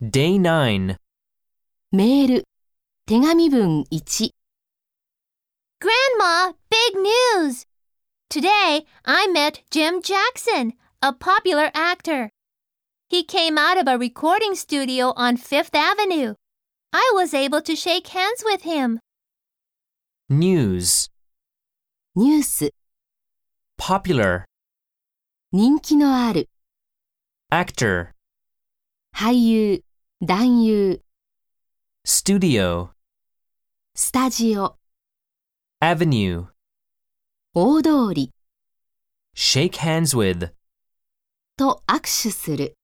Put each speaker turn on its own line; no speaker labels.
Day 9.
メール、手紙文1、
Grandma, big news! Today, I met Jim Jackson, a popular actor. He came out of a recording studio on Fifth Avenue. I was able to shake hands with him.
News.
ニュース、
Popular.
人気のある、
Actor.
俳優、男優、
Studio.
スタジオ、
Avenue.
大通り
Shake hands with.
と握手する。